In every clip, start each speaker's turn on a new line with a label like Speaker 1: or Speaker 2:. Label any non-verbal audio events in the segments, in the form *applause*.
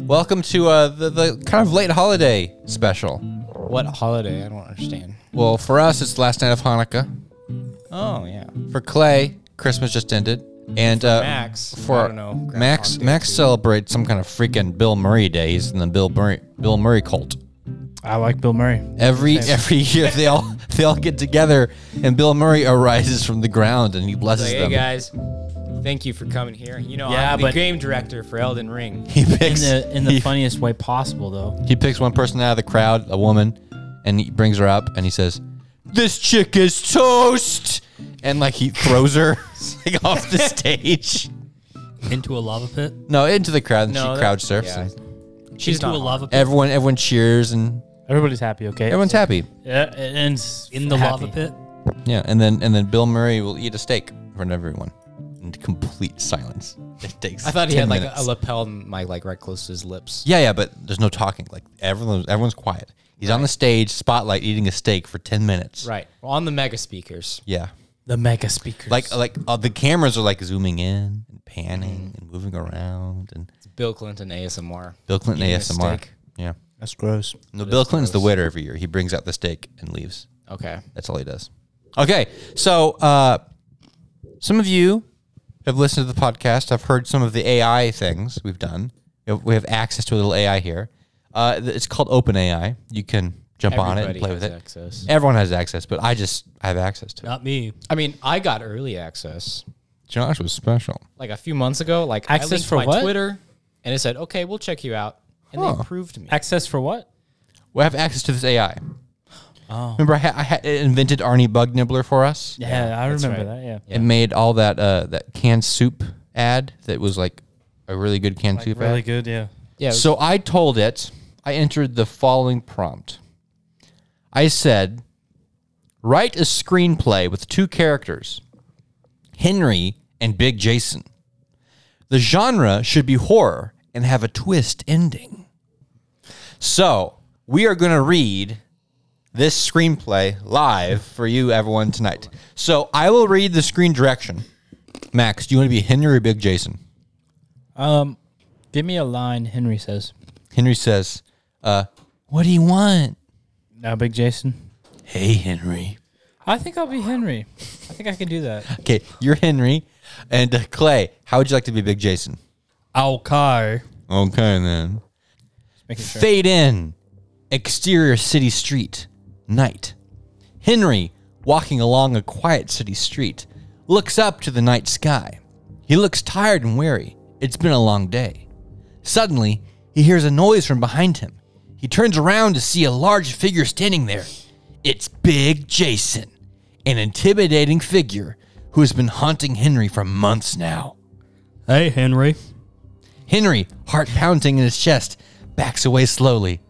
Speaker 1: Welcome to uh, the, the kind of late holiday special.
Speaker 2: What holiday? I don't understand.
Speaker 1: Well, for us, it's the last night of Hanukkah.
Speaker 2: Oh yeah.
Speaker 1: For Clay, Christmas just ended, and uh,
Speaker 2: Max,
Speaker 1: for
Speaker 2: I don't know, Groundhog
Speaker 1: Max,
Speaker 2: Day,
Speaker 1: Max
Speaker 2: too.
Speaker 1: celebrates some kind of freaking Bill Murray day. He's in the Bill Murray Bill Murray cult.
Speaker 2: I like Bill Murray.
Speaker 1: Every every year they all *laughs* they all get together, and Bill Murray arises from the ground and he blesses
Speaker 3: Like, hey
Speaker 1: them.
Speaker 3: guys, thank you for coming here. You know,
Speaker 4: Yeah,
Speaker 3: I'm the
Speaker 4: but-
Speaker 3: game director for Elden Ring.
Speaker 1: He
Speaker 4: in
Speaker 1: picks
Speaker 4: the in *laughs* the
Speaker 1: he,
Speaker 4: funniest way possible though.
Speaker 1: he picks one person out of the crowd, a woman, and he brings her up and he says, "This chick is toast," and like he throws her *laughs* like off
Speaker 3: *laughs*
Speaker 1: the stage.
Speaker 4: Into a lava pit.
Speaker 1: No, into the crowd, and
Speaker 3: No,
Speaker 1: she
Speaker 3: that-
Speaker 1: crowd surfs.
Speaker 3: yeah.
Speaker 1: and
Speaker 3: She's
Speaker 4: Into
Speaker 3: not
Speaker 4: a lava pit.
Speaker 1: everyone, everyone cheers, and
Speaker 4: Eh, Everybody's happy, okay?
Speaker 1: everyone's happy.
Speaker 4: yeah, it ends
Speaker 5: in the
Speaker 4: happy.
Speaker 5: lava pit.
Speaker 1: Yeah, and then and then Bill Murray will eat a steak in front of everyone in complete
Speaker 3: *laughs*
Speaker 1: silence. It takes.
Speaker 3: I thought he
Speaker 1: 10
Speaker 3: had like
Speaker 1: minutes.
Speaker 3: a lapel in my like right close to his lips.
Speaker 1: Yeah, yeah, but there's no talking. Like everyone, everyone's quiet. He's on the stage, spotlight, eating a steak for ten minutes.
Speaker 3: Right. On the mega speakers.
Speaker 1: Yeah.
Speaker 4: The mega speakers.
Speaker 1: Like like uh, the cameras are like zooming in and panning
Speaker 3: Mm.
Speaker 1: and moving around and
Speaker 3: It's Bill Clinton ASMR.
Speaker 1: Bill Clinton
Speaker 3: Eating a
Speaker 1: ASMR.
Speaker 3: steak.
Speaker 1: Yeah.
Speaker 2: That's gross.
Speaker 1: No, Bill Clinton's the winner every year. He brings out the steak and leaves.
Speaker 3: Okay.
Speaker 1: That's all he does. Okay, so uh, some of you have listened to the podcast. I've heard some of the AI things we've done. We have- We have access to a little AI here. Uh, th- it's called OpenAI. You can jump on it and
Speaker 3: Everybody
Speaker 1: play with
Speaker 3: has
Speaker 1: it.
Speaker 3: access.
Speaker 1: Everyone has access, but I just I have access to it.
Speaker 4: not me.
Speaker 3: I mean, I got early access
Speaker 1: Josh was special.
Speaker 3: like a few months ago. Like
Speaker 4: Access
Speaker 3: I linked
Speaker 4: for
Speaker 3: my
Speaker 4: what?
Speaker 3: Twitter, and it said, "Okay, we'll check you out," and
Speaker 1: Huh.
Speaker 3: they approved me.
Speaker 4: Access for what?
Speaker 1: We have access to this AI. Oh. Remember, I, ha- I ha- it invented Arnie Bug Nibbler for us.
Speaker 4: Yeah, I
Speaker 3: that's
Speaker 4: remember
Speaker 3: right.
Speaker 4: that. Yeah.
Speaker 1: It made all that uh, that canned soup ad that was like a really good canned soup ad.
Speaker 4: good. Yeah.
Speaker 3: Yeah. it was-
Speaker 1: So I told it, I entered the following prompt. I said, write a screenplay with two characters, Henry and Big Jason. The genre should be horror and have a twist ending. So we are going to read this screenplay live for you, everyone, tonight. So I will read the screen direction. Max, do you want to be Henry or Big Jason?
Speaker 4: Um, give me a line. Henry says,
Speaker 1: Henry says, uh, What do you want?
Speaker 4: "Now, Big Jason."
Speaker 1: Hey, Henry.
Speaker 4: I think I'll be Henry. I think I can do
Speaker 5: *laughs*
Speaker 4: that.
Speaker 1: Okay, you're Henry. And uh, Clay, how would you like to be Big Jason?
Speaker 4: Okay.
Speaker 1: Okay, then.
Speaker 4: Making sure.
Speaker 1: Fade in. Exterior city street. Night. Henry, walking along a quiet city street, looks up to the night sky. He looks tired and weary. It's been a long day. Suddenly, he hears a noise from behind him. He turns around to see a large figure standing there. It's Big Jason, an intimidating figure who has been haunting Henry for months now.
Speaker 4: Hey, Henry.
Speaker 1: Henry, heart pounding in his chest, backs away slowly.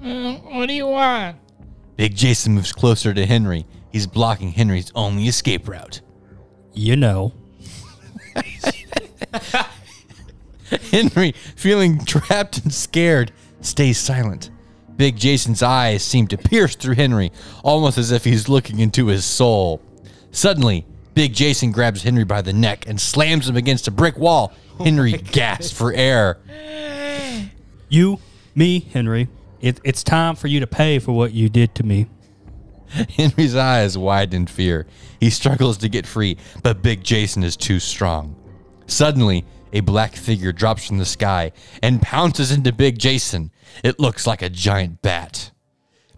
Speaker 4: What do you want?
Speaker 1: Big Jason moves closer to Henry. He's blocking Henry's only escape route. *laughs*
Speaker 4: You know.
Speaker 1: Henry, feeling trapped and scared, stays silent. Big Jason's eyes seem to pierce through Henry, almost as if he's looking into his soul. Suddenly, Big Jason grabs Henry by the neck and slams him against a brick wall. Henry gasps for air.
Speaker 5: You, me, Henry. It, it's time for you to pay for what you did to me.
Speaker 1: *laughs* Henry's eyes widen in fear. He struggles to get free, but Big Jason is too strong. Suddenly, a black figure drops from the sky and pounces into Big Jason. It looks like a giant bat.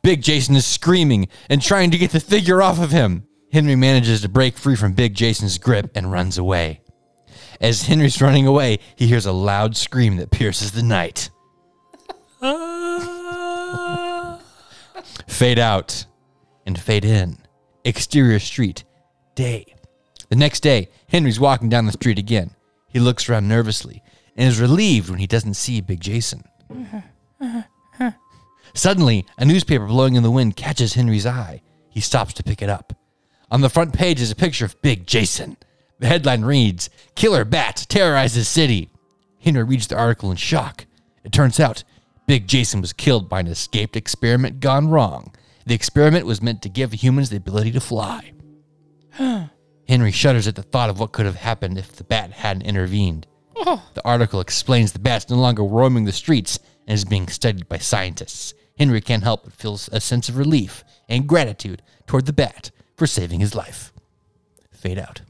Speaker 1: Big Jason is screaming and trying to get the figure off of him. Henry manages to break free from Big Jason's grip and runs away. As Henry's running away, he hears a loud scream that pierces the night. Fade out and fade in. Exterior street, day. The next day, Henry's walking down the street again. He looks around nervously and is relieved when he doesn't see Big Jason. Suddenly, a newspaper blowing in the wind catches Henry's eye. He stops to pick it up. On the front page is a picture of Big Jason. The headline reads Killer Bat Terrorizes City. Henry reads the article in shock. It turns out Big Jason was killed by an escaped experiment gone wrong. The experiment was meant to give humans the ability to fly. Henry shudders at the thought of what could have happened if the bat hadn't intervened. The article explains the bat's no longer roaming the streets and is being studied by scientists. Henry can't help but feel a sense of relief and gratitude toward the bat for saving his life. Fade out.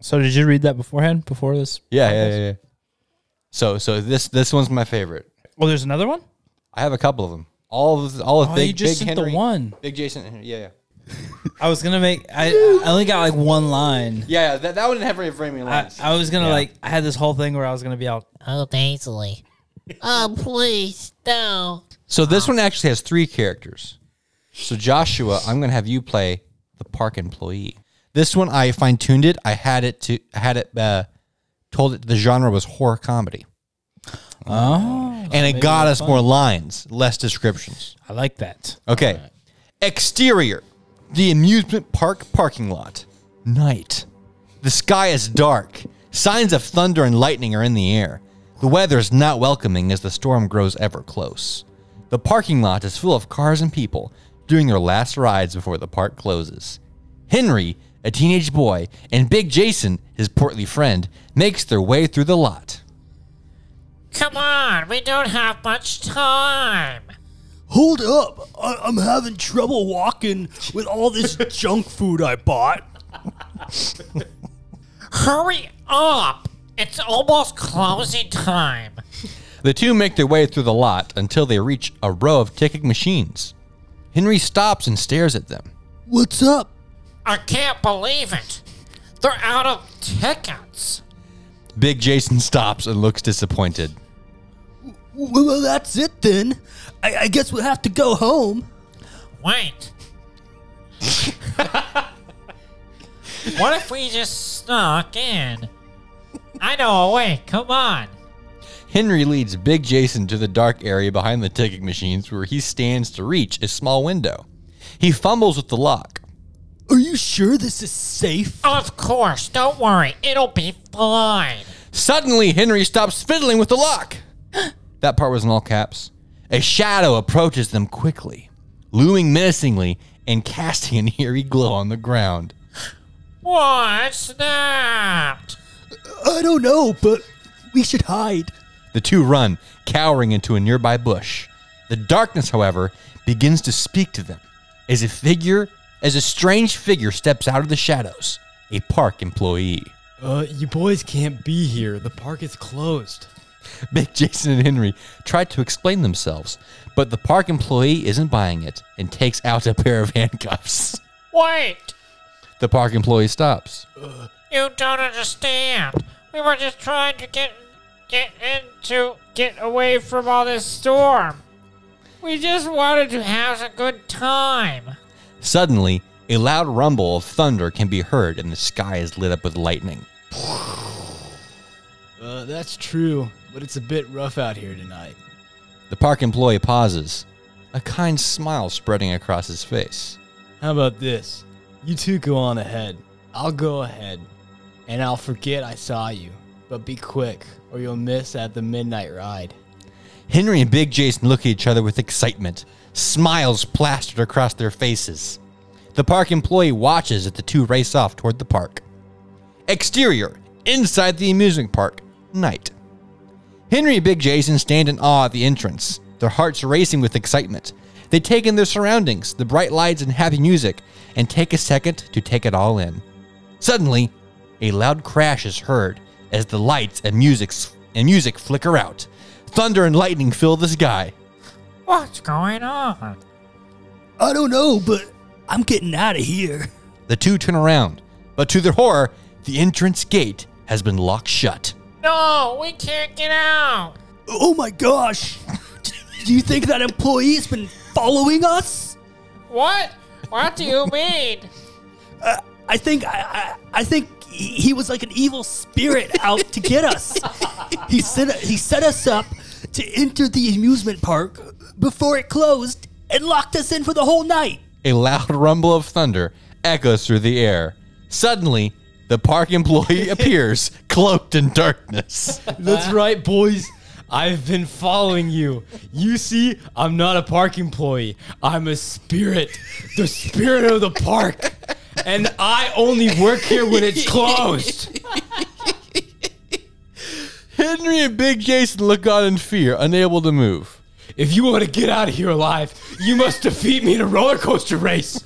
Speaker 4: So did you read that beforehand? Before this?
Speaker 1: Yeah, yeah, yeah. yeah. So, so this this one's my favorite.
Speaker 4: Oh, there's another one.
Speaker 1: I have a couple of them. All of all of
Speaker 4: Oh,
Speaker 1: big
Speaker 4: you just
Speaker 1: big
Speaker 4: sent the
Speaker 1: Henry,
Speaker 4: one.
Speaker 1: big Jason. Henry. Yeah, yeah,
Speaker 4: I was gonna make. I I only got like one line.
Speaker 1: yeah. yeah that, that one didn't have very very many
Speaker 4: I,
Speaker 1: lines.
Speaker 4: I was gonna like. I had this whole thing where I was gonna be out.
Speaker 6: Oh, Paisley. Oh, please, don't.
Speaker 1: so this one actually has three characters. So Joshua, I'm gonna have you play the park employee. This one I fine tuned it. I had it to I had it uh, told it the genre was horror comedy,
Speaker 4: Oh,
Speaker 1: and it got us more lines, less descriptions.
Speaker 4: I like that.
Speaker 1: Okay. Exterior. The amusement park parking lot. Night. The sky is dark. Signs of thunder and lightning are in the air. The weather is not welcoming as the storm grows ever close. The parking lot is full of cars and people doing their last rides before the park closes. Henry, a teenage boy, and Big Jason, his portly friend, makes their way through the lot.
Speaker 6: Come on, we don't have much time.
Speaker 5: Hold up. I- I'm having trouble walking with all
Speaker 4: *laughs*
Speaker 5: this junk food I bought.
Speaker 6: Hurry up. It's almost closing time.
Speaker 1: The two make their way through the lot until they reach a row of ticket machines. Henry stops and stares at them.
Speaker 5: What's up?
Speaker 6: I can't believe it. They're out of tickets.
Speaker 1: Big Jason stops and looks disappointed.
Speaker 5: Well, well, that's it then. I, I guess we'll have to go home.
Speaker 6: Wait. what if we just snuck in? I know a way. Come on.
Speaker 1: Henry leads Big Jason to the dark area behind the ticket machines where he stands to reach a small window. He fumbles with the lock.
Speaker 5: Are you sure this is safe?
Speaker 6: Of course. Don't worry. It'll be fine.
Speaker 1: Suddenly, Henry stops fiddling with the lock. *gasps* that part was in all caps. A shadow approaches them quickly, looming menacingly and casting an *laughs* eerie glow on the ground.
Speaker 6: What's that?
Speaker 5: I don't know, but we should hide.
Speaker 1: The two run, cowering into a nearby bush. The darkness, however, begins to speak to them as a figure, as a strange figure steps out of the shadows, a park employee. *laughs*
Speaker 2: Uh, you boys can't be here. The park is closed.
Speaker 1: Big Jason and Henry try to explain themselves, but the park employee isn't buying it and takes out a pair of *laughs* handcuffs.
Speaker 6: Wait.
Speaker 1: The park employee stops.
Speaker 6: You don't understand. We were just trying to get get into get away from all this storm. We just wanted to have a good time.
Speaker 1: Suddenly, a loud rumble of thunder can be heard and the sky is lit up with lightning.
Speaker 2: Uh, that's true, but it's a bit rough out here tonight.
Speaker 1: The park employee pauses, a kind smile spreading across his face.
Speaker 2: How about this? You two go on ahead. I'll go ahead, and I'll forget I saw you. But be quick, or you'll miss at the midnight ride.
Speaker 1: Henry and Big Jason look at each other with excitement, smiles plastered across their faces. The park employee watches as the two race off toward the park. Exterior, inside the amusement park, night. Henry and Big Jason stand in awe at the entrance, their hearts racing with excitement. They take in their surroundings, the bright lights and happy music, and take a second to take it all in. Suddenly, a loud crash is heard as the lights and music and music flicker out. Thunder and lightning fill the sky.
Speaker 6: What's going on?
Speaker 5: I don't know, but I'm getting out of here.
Speaker 1: The two turn around, but to their horror, the entrance gate has been locked shut.
Speaker 6: No, we can't get out.
Speaker 5: Oh my gosh. D- Do you think that employee has been following us?
Speaker 6: What? What do you mean?
Speaker 5: I think I, I, I think he he was like an evil spirit out to get us. He set he set us up to enter the amusement park before it closed and locked us in for the whole night.
Speaker 1: A loud *laughs* rumble of thunder echoes through the air. Suddenly, the park employee appears, cloaked in darkness.
Speaker 3: Ah.
Speaker 2: That's right, boys. I've been following you. You see, I'm not a park employee. I'm a spirit, the spirit of the park.
Speaker 3: *laughs*
Speaker 2: And I only work here when it's closed.
Speaker 1: Henry and Big Jason look on in fear, unable to move.
Speaker 3: If you want to get out of here alive, you must defeat me in a roller coaster race.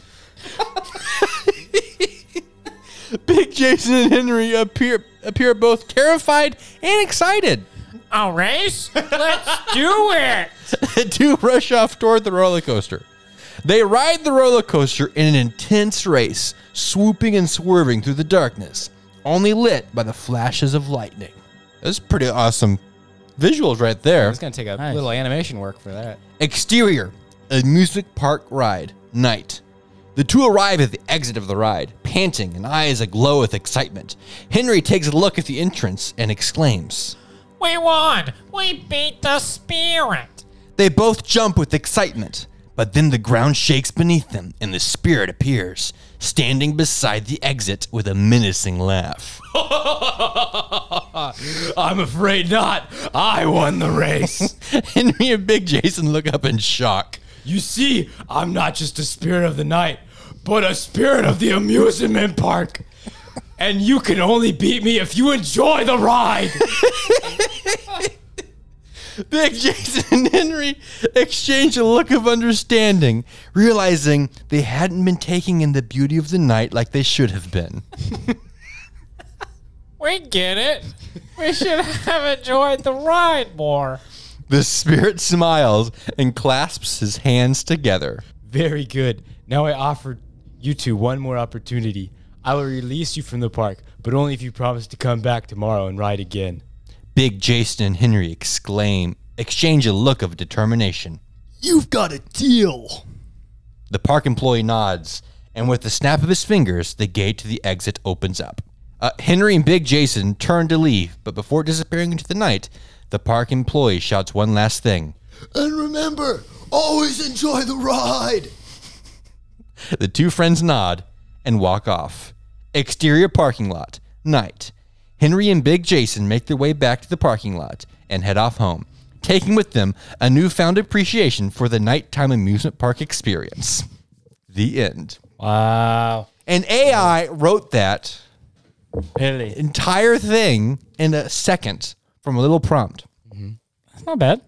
Speaker 1: Big Jason and Henry appear appear both terrified and excited.
Speaker 6: A race? Let's do it.
Speaker 1: The two *laughs* rush off toward the roller coaster. They ride the roller coaster in an intense race, swooping and swerving through the darkness, only lit by the flashes of lightning. That's pretty awesome visuals right there.
Speaker 3: It's gonna take a
Speaker 4: Nice.
Speaker 3: little animation work for that.
Speaker 1: Exterior, amusement park ride, night. The two arrive at the exit of the ride, panting and eyes aglow with excitement. Henry takes a look at the entrance and exclaims,
Speaker 6: We won. We beat the spirit.
Speaker 1: They both jump with excitement, but then the ground shakes beneath them and the spirit appears, standing beside the exit with a menacing laugh.
Speaker 3: *laughs* I'm afraid not. I won the race.
Speaker 1: Henry *laughs* and Big Jason look up in shock.
Speaker 3: you see, I'm not just a spirit of the night, but a spirit of the amusement park. And you can only beat me if you enjoy the ride.
Speaker 1: Big Jason *laughs* and Henry exchange a look of understanding, realizing they hadn't been taking in the beauty of the night like they should have been.
Speaker 6: We get it. We should have enjoyed the ride more.
Speaker 1: The spirit smiles and clasps his hands together.
Speaker 3: Very good. Now I offer you two one more opportunity. I will release you from the park, but only if you promise to come back tomorrow and ride again.
Speaker 1: Big Jason and Henry exclaim, exchange a look of determination.
Speaker 5: You've got a deal.
Speaker 1: The park employee nods, and with the snap of his fingers, the gate to the exit opens up. Uh, Henry and Big Jason turn to leave, but before disappearing into the night, the park employee shouts one last thing.
Speaker 5: And remember, always enjoy the ride.
Speaker 1: The two friends nod and walk off. Exterior parking lot, night. Henry and Big Jason make their way back to the parking lot and head off home, taking with them a newfound appreciation for the nighttime amusement park experience. The end.
Speaker 4: Wow.
Speaker 1: And AI wrote that
Speaker 4: Really?
Speaker 1: entire thing in a second from a little prompt.
Speaker 4: It's not bad.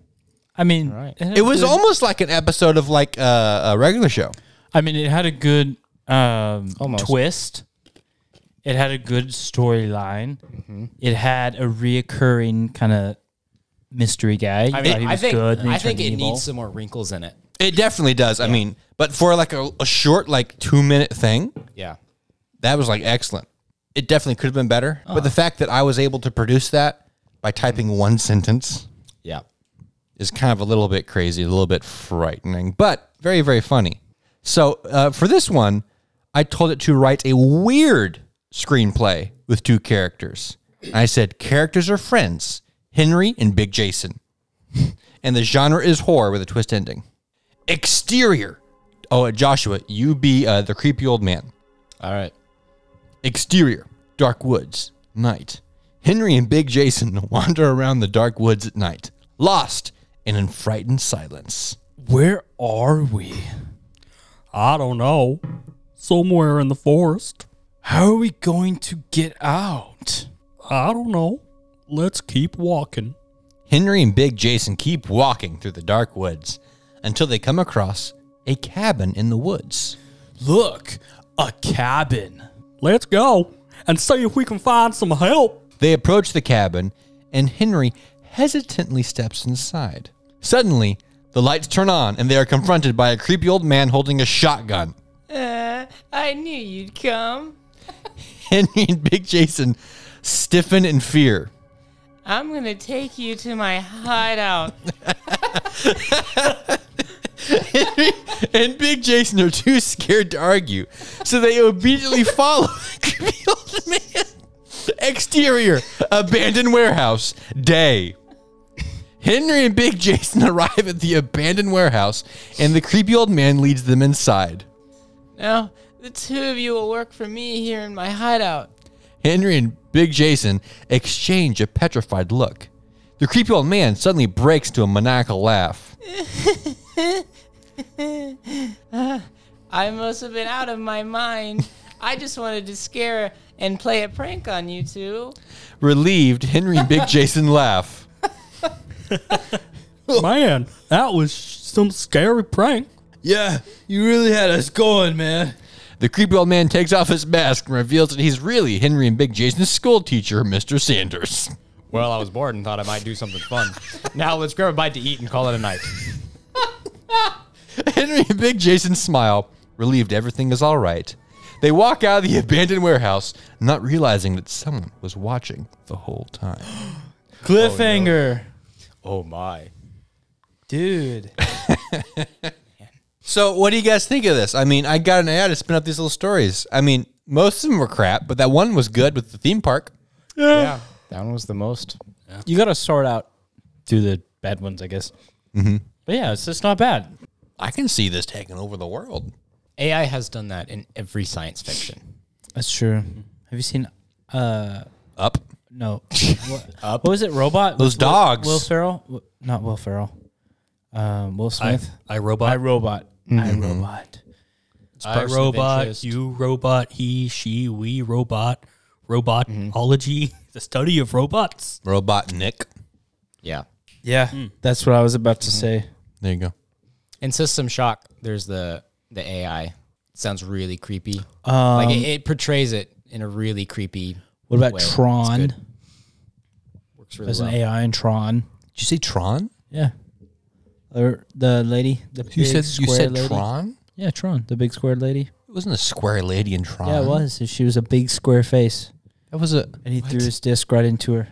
Speaker 4: I mean, had
Speaker 1: It
Speaker 4: a
Speaker 1: was
Speaker 4: good-
Speaker 1: almost like an episode of like uh, a regular show.
Speaker 4: I mean, it had a good um,
Speaker 3: Almost.
Speaker 4: twist. It had a good storyline. It had a reoccurring kind of mystery guy.
Speaker 3: Oh
Speaker 4: You thought he was good, and he turned evil.
Speaker 3: some more wrinkles in it.
Speaker 1: It definitely does. I mean, but for like a, a short like 2 minute thing,
Speaker 3: Yeah.
Speaker 1: that was like excellent. It definitely could have been better, but the fact that I was able to produce that by typing one sentence
Speaker 3: Yeah.
Speaker 1: is kind of a little bit crazy, a little bit frightening, but very very funny. So uh, for this one, I told it to write a weird screenplay with two characters. I said characters are friends, Henry and Big Jason, *laughs* and the genre is horror with a twist ending. Exterior. Oh, Joshua, you be uh, the creepy old man.
Speaker 3: All right.
Speaker 1: Exterior, dark woods, night. Henry and Big Jason *laughs* wander around the dark woods at night, lost and in frightened silence.
Speaker 5: Where are we? I don't know. Somewhere in the forest.
Speaker 4: How are we going to get out?
Speaker 5: I don't know. Let's keep walking.
Speaker 1: Henry and Big Jason keep walking through the dark woods until they come across a cabin in the woods.
Speaker 4: Look, a cabin.
Speaker 5: Let's go and see if we can find some
Speaker 4: *laughs*
Speaker 5: help.
Speaker 1: They approach the cabin, and Henry hesitantly steps inside. Suddenly, the lights turn on, and they are confronted by a creepy old man holding a shotgun. *laughs*
Speaker 6: I knew you'd come.
Speaker 1: Henry and Big Jason stiffen in fear.
Speaker 6: I'm going to take you to my hideout.
Speaker 1: and Big Jason are too scared to argue, so they
Speaker 6: *laughs*
Speaker 1: obediently follow *laughs* the creepy old man. Exterior, abandoned warehouse, day. Henry and Big Jason *laughs* arrive at the abandoned warehouse, and the creepy old man leads them inside.
Speaker 6: Now, the two of you will work for me here in my hideout.
Speaker 1: Henry and Big Jason exchange a petrified look. The creepy old man suddenly breaks into a maniacal laugh.
Speaker 6: I must have been out of my mind. I just wanted to scare
Speaker 7: and play a prank on you two.
Speaker 1: Relieved, Henry
Speaker 2: *laughs*
Speaker 1: and Big Jason laugh.
Speaker 5: Man, that was some scary prank.
Speaker 2: Yeah, you really had us going, man.
Speaker 1: The creepy old man takes off his mask and reveals that he's really Henry and Big Jason's school teacher, Mr. Sanders. *laughs*
Speaker 3: Well, I was bored and thought I might do something fun. *laughs* now let's grab a bite to eat and call it a night.
Speaker 1: Henry and Big Jason smile, relieved everything is all right. They walk out of the abandoned warehouse, not realizing that someone was watching the whole time.
Speaker 4: Cliffhanger.
Speaker 3: Oh my.
Speaker 4: Dude.
Speaker 1: So, what do you guys think of this? I mean, I got an ad to spin up these little stories. I mean, most of them were crap, but that one was good with the theme park.
Speaker 3: Yeah. That one was the most.
Speaker 4: You got to sort out through the bad ones, I guess. Mm-hmm. But yeah, it's just not bad.
Speaker 1: I can see this taking over the world.
Speaker 3: AI has done that in every science fiction.
Speaker 4: That's true. Have you seen, uh,
Speaker 1: Up. *laughs*
Speaker 4: no. what, what was it? Robot?
Speaker 1: Those
Speaker 4: Will-
Speaker 1: dogs.
Speaker 4: Will Ferrell? W- Not Will Ferrell. Um, Will Smith?
Speaker 5: I
Speaker 4: I Mm-hmm.
Speaker 5: robot.
Speaker 4: Robot. I Robot.
Speaker 5: I
Speaker 3: person of
Speaker 5: robot.
Speaker 3: interest.
Speaker 5: You robot. He, she, we robot. Robotology. *laughs* The study of robots.
Speaker 1: Robot Nick.
Speaker 3: Yeah.
Speaker 4: Yeah, that's what I was about to say.
Speaker 1: There you go.
Speaker 3: In System Shock, there's the the AI. It sounds really creepy.
Speaker 4: Um,
Speaker 3: like it, it portrays it in a really creepy.
Speaker 4: what about
Speaker 3: way. It's
Speaker 4: Tron?
Speaker 3: good. Works really
Speaker 4: There's
Speaker 3: well.
Speaker 4: an AI in Tron.
Speaker 1: Did you say Tron?
Speaker 4: Yeah. Or the lady, the
Speaker 1: You
Speaker 4: big
Speaker 1: said you
Speaker 4: square
Speaker 1: said
Speaker 4: lady.
Speaker 1: Tron.
Speaker 4: Yeah, Tron, the big square lady.
Speaker 1: It wasn't a square lady in Tron.
Speaker 4: Yeah, it was. She was a big square face,
Speaker 1: That was a.
Speaker 4: and he threw his disc right into her.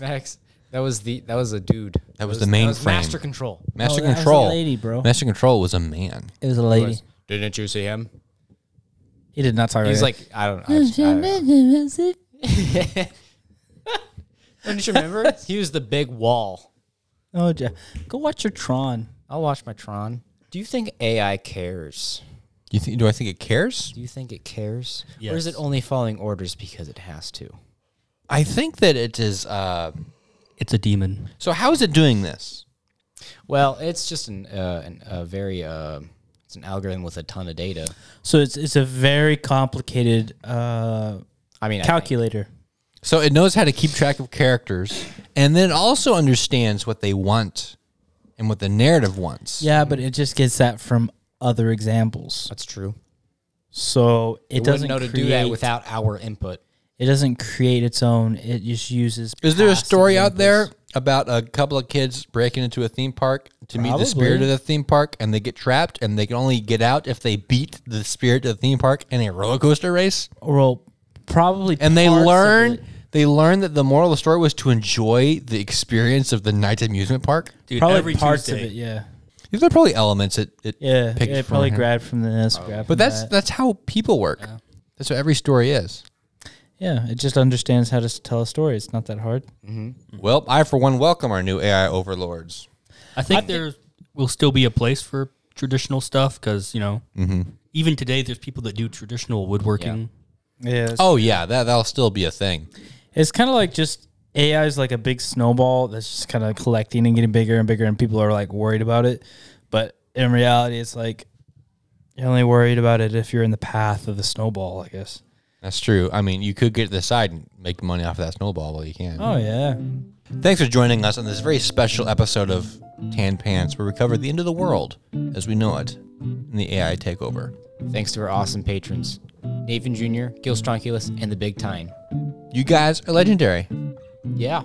Speaker 3: Max, that was the that was a dude. That,
Speaker 1: was the main frame.
Speaker 3: Master Control.
Speaker 1: Master
Speaker 4: Oh, that was a
Speaker 1: Control.
Speaker 4: lady, bro.
Speaker 1: Master Control was a man.
Speaker 4: It was a lady.
Speaker 3: Didn't you see him?
Speaker 4: He did not talk.
Speaker 3: He's
Speaker 4: like,
Speaker 3: like I don't. I, I don't know. *laughs* Don't you remember? *laughs* he was the big wall.
Speaker 4: that. oh, ja- go watch your Tron.
Speaker 3: I'll watch my Tron. Do you think AI cares?
Speaker 1: Do you think? Do I think it cares?
Speaker 3: Do you think it cares? Or is it only following orders because it has to?
Speaker 1: I think that it is. Uh,
Speaker 5: It's a demon.
Speaker 1: so how is it doing this?
Speaker 3: Well, it's just an, uh, an a very uh, it's an algorithm with a ton of data.
Speaker 4: So it's it's a very complicated uh,
Speaker 3: I mean, I think-
Speaker 4: calculator.
Speaker 1: So it knows how to keep track of characters, and then it also understands what they want and what the narrative wants.
Speaker 4: Yeah, but it just gets that from other examples.
Speaker 3: that's true.
Speaker 4: So it,
Speaker 3: It doesn't
Speaker 4: doesn't
Speaker 3: know to
Speaker 4: create,
Speaker 3: do that without our input.
Speaker 4: It doesn't create its own. It just uses.
Speaker 1: Is there a
Speaker 4: past
Speaker 1: story out there
Speaker 4: examples.
Speaker 1: about a couple of kids breaking into a theme park to meet the spirit
Speaker 4: Probably.
Speaker 1: of the theme park, and they get trapped, and they can only get out if they beat the spirit of the theme park in a roller coaster race?
Speaker 4: Well, probably.
Speaker 1: and they
Speaker 4: parts of it.
Speaker 1: learn they learn that the moral of the story was to enjoy the experience of the night amusement park.
Speaker 5: Dude,
Speaker 4: probably
Speaker 5: every
Speaker 4: parts
Speaker 5: Tuesday.
Speaker 4: of it. Yeah,
Speaker 1: These are probably elements it, it
Speaker 4: yeah.
Speaker 1: picked
Speaker 4: it
Speaker 1: from
Speaker 4: probably
Speaker 1: here.
Speaker 4: grabbed from E this.
Speaker 1: But
Speaker 4: Grabbed from
Speaker 1: that's
Speaker 4: that.
Speaker 1: that's how people work. That's what every story is.
Speaker 4: yeah. It just understands how to s- tell a story. It's not that hard.
Speaker 1: Well, I for one welcome our new AI overlords.
Speaker 5: I think there will still be a place for traditional stuff because you know,
Speaker 1: Mm-hmm.
Speaker 5: even today there's people that do traditional woodworking.
Speaker 4: Yeah. It's,
Speaker 1: Oh yeah, that that'll still be a thing.
Speaker 4: kind of like just AI is like a big snowball that's just kind of collecting and getting bigger and bigger, and people are like worried about it. But in reality, it's like you're only worried about it if you're in the path of the snowball, I guess.
Speaker 1: That's true. I mean, you could get to the side and make money off of that snowball while you can.
Speaker 4: Oh yeah.
Speaker 1: Thanks for joining us on this very special episode of Tan Pants, where we cover the end of the world as we know it in the AI takeover.
Speaker 3: Thanks to our awesome patrons, Nathan Jr., Gil Stronculus, and the Big Time.
Speaker 1: You guys are legendary.
Speaker 3: Yeah,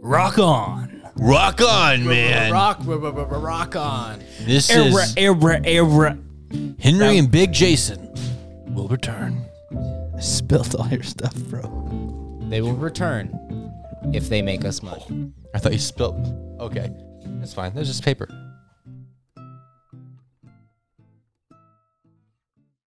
Speaker 5: Rock on.
Speaker 1: Rock on, man.
Speaker 3: rock, r- r- r- rock on.
Speaker 1: This is Henry and Big Jason will return.
Speaker 4: I spilled all your stuff, bro.
Speaker 3: They will return if they make us money.
Speaker 1: I thought you spilled. Okay, that's fine. There's just paper.